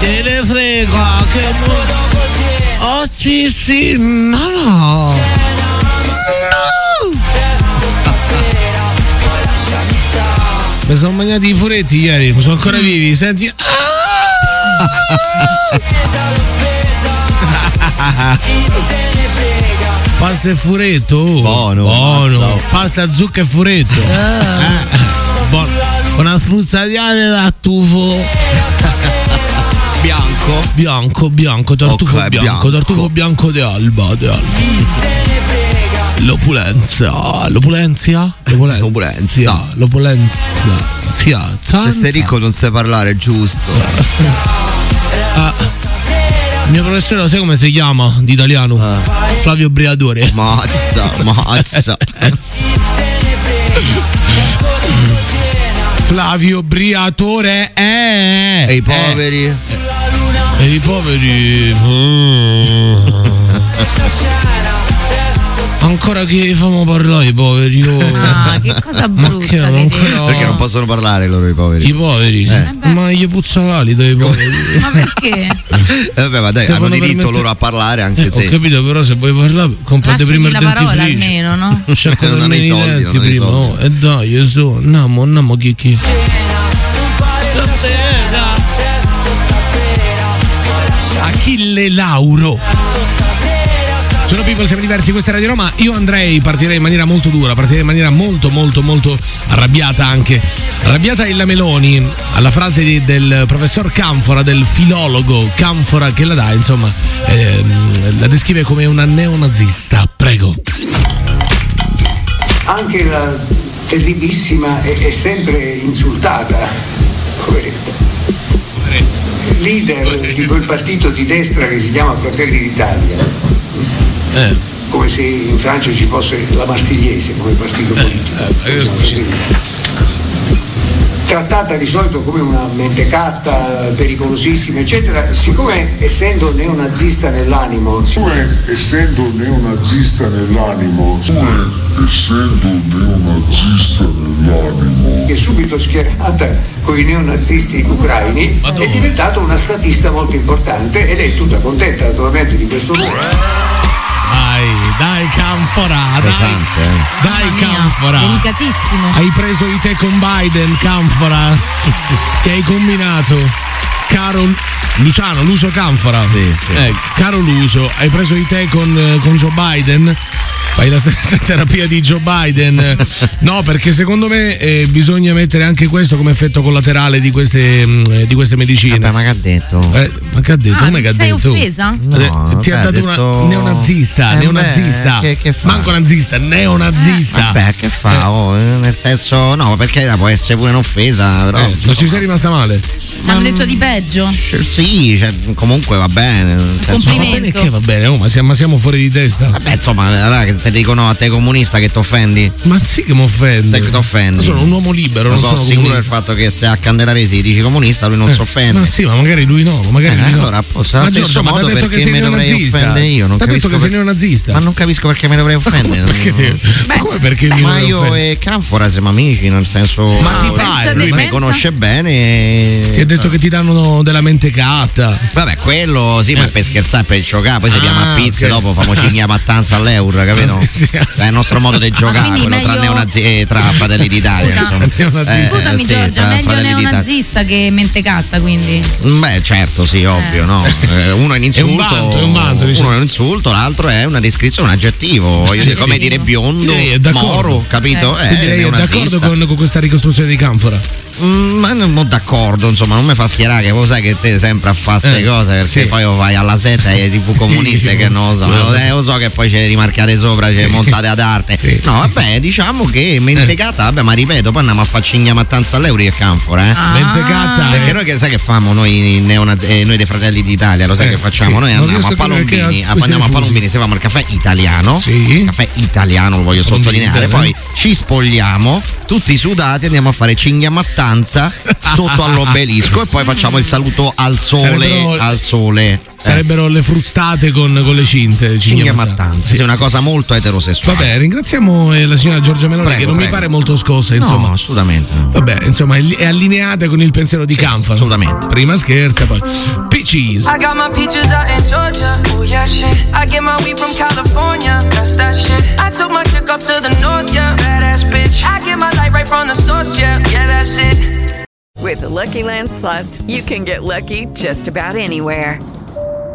Te ne frego che é mu- Oh sì sì no no Mi sono mangiati i furetti ieri Sono ancora vivi Senti Pasta e furetto oh. Buono, Buono mazza. Pasta, zucca e furetto eh. Buono. Una fruzzatiana da tufo Bianco. Bianco, bianco, tartufo Ok, bianco, bianco. tartufo bianco di alba, di alba. L'opulenza, l'opulenza, l'opulenza, L'opulenza. l'opulenza, zia, Se zanza. sei ricco non sai parlare, giusto. Ah, mio professore lo sai come si chiama di italiano? Eh. Flavio Briatore. Mazza, mazza. Flavio Briatore è... E i poveri? Eh, E i poveri... mm. Ancora che famo parlare i poveri. oh. Ah, che cosa Ma che- brutta ma che ancora- dici. Perché non Eh. possono parlare loro i poveri? I poveri? Eh Ma gli puzza l'alito ai poveri. Ma perché? Eh, vabbè, ma dai, Se hanno vanno diritto permette- loro a parlare anche Eh, se. Ho capito, però se vuoi parlare, comprate Lasciami prima il la parola dentifricio. almeno, no? Sciacquate Non hanno i almeno i soldi, non denti hanno i prima. soldi. oh. E dai, io so, andiamo, andiamo chi chi. Achille Lauro. Sono people, siamo diversi, questa è Radio Roma. Io andrei, partirei in maniera molto dura, partirei in maniera molto, molto, molto arrabbiata anche. Arrabbiata Ella Meloni alla frase di- del professor Canfora, del filologo Canfora che la dà, insomma, ehm, la descrive come una neonazista. Prego. anche la terribilissima e, e sempre insultata poveretta, leader di quel partito di destra che si chiama Fratelli d'Italia, Eh, come se in Francia Cioè, ci fosse la Marsigliese come partito Eh, politico. eh, Trattata di solito come una mentecatta pericolosissima, eccetera, siccome essendo neonazista nell'animo, siccome essendo neonazista nell'animo, essendo neonazista nell'animo, che è subito schierata con i neonazisti ucraini, è diventata una statista molto importante ed è tutta contenta naturalmente di questo ruolo. dai, dai Canfora, dai. Pesante, eh. Dai Mamma mia, Canfora. Delicatissimo. Hai preso i te con Biden, Canfora. Che hai combinato? Caro Lu- Luciano, Lucio Canfora. Sì, sì. Eh, caro Lucio, hai preso i te con, eh, con Joe Biden? Fai la stessa terapia di Joe Biden? No, perché secondo me eh, bisogna mettere anche questo come effetto collaterale di queste, mm, eh, di queste medicine. Vabbè, ma che ha detto? Eh, ma che ha detto? Ah, Come che ha sei detto? offesa? No, Eh, ti ha vabbè, dato ha detto- una neonazista, Eh, neonazista. beh, che- che fa? Ah, Manco nazista, neonazista. Vabbè, che fa? Oh, eh, nel senso, no, perché può essere pure un'offesa, però. Eh, non ci sei rimasta male. Hanno detto di peggio. Cioè, sì, cioè, comunque va bene. Nel senso, Ma va bene Complimento. che va bene, oh, ma siamo, ma siamo fuori di testa. vabbè, insomma, raga, che te dicono a te comunista che ti offendi? Ma sì che mi offende. Sai che ti offendi? Sono un uomo libero, Lo non so, sono sicuro comunista. del fatto che se a Candelaresi dici comunista lui non Eh, si offende. Ma sì, ma magari lui no, ma magari Eh, lui no. allora, apposta, allo Ma Giorgio, stesso ma modo t'ha detto perché che sei mi dovrei neonazista. offendere io, non T'ha detto capisco che sei perché- neonazista. Ma non capisco perché me dovrei offendere. Perché te? Ma come perché mi Ma dovrei io offendere? e Canfora siamo amici, nel senso. Ma ti lui pare, mi pensa- conosce bene. e- Ti ha detto che ti danno della mentecatta. Vabbè, quello sì, ma è per scherzare, per giocare. Poi si Eh. Ah, chiama a ok. pizza e dopo famoci la mattanza all'euro, capito? Sì, sì. È il nostro modo di giocare, quindi quello tra, meglio- neonazi- eh, tra Fratelli d'Italia. Scusa. insomma. Neonazista. Eh, Scusami sì, Giorgia, tra meglio Fratelli d'Italia. neonazista che mentecatta, quindi. Beh, certo, sì, ovvio, no? Eh, Uno è un insulto, È un vanto, è un vanto, diciamo. uno è un insulto, l'altro è una descrizione, un aggettivo, voglio dire, come dire biondo, Lei è d'accordo. moro, capito? Eh, Quindi lei è d'accordo neonazista. con, con questa ricostruzione di Canfora? Mm, ma non mo d'accordo, insomma, non mi fa schierare che voi sai che te sempre a fa ste Eh, cose perché sì. poi o vai alla setta e tipo comunista che non lo so, Quello lo, sì. eh, lo so che poi ci rimarcate sopra, ci montate ad arte. Sì, Eh. no, sì. vabbè, diciamo che mentecata, vabbè, ma ripeto, poi andiamo a faccigna mattanza all'Euri e canfora, eh. Ah, mentecatta. Perché eh. noi che sai che famo noi neonazi- eh, noi dei fratelli d'Italia, lo sai Eh, che facciamo? sì. Noi Ma andiamo io a sto bene che Palombini, a- a- questi andiamo a diffusi. Palombini, se vamo al caffè italiano, Sì. caffè italiano lo voglio Palombini sottolineare, Italiano. poi ci spogliamo, tutti sudati, andiamo a fare cinghiamattanza sotto all'obelisco e poi facciamo il saluto al Sarebbero- sole, al sole. eh. Sarebbero le frustate con, con le cinte. Cinghiamattanza, sì, Sì, è una sì. cosa molto eterosessuale. Vabbè, ringraziamo eh, la signora Giorgia Meloni Prego, che non mi prego. pare molto scossa, insomma. No, assolutamente. no. Vabbè, insomma, è li- è allineata con il pensiero di Canfora. assolutamente. Prima scherza, poi. Peaches. I got my peaches out in Georgia. Oh yeah, shit. I get my weed from California. That's that shit. I took my chick up to the north, yeah. Badass bitch. I get my light right from the source, yeah. Yeah, that's it. With the Lucky Land slots, you can get lucky just about anywhere.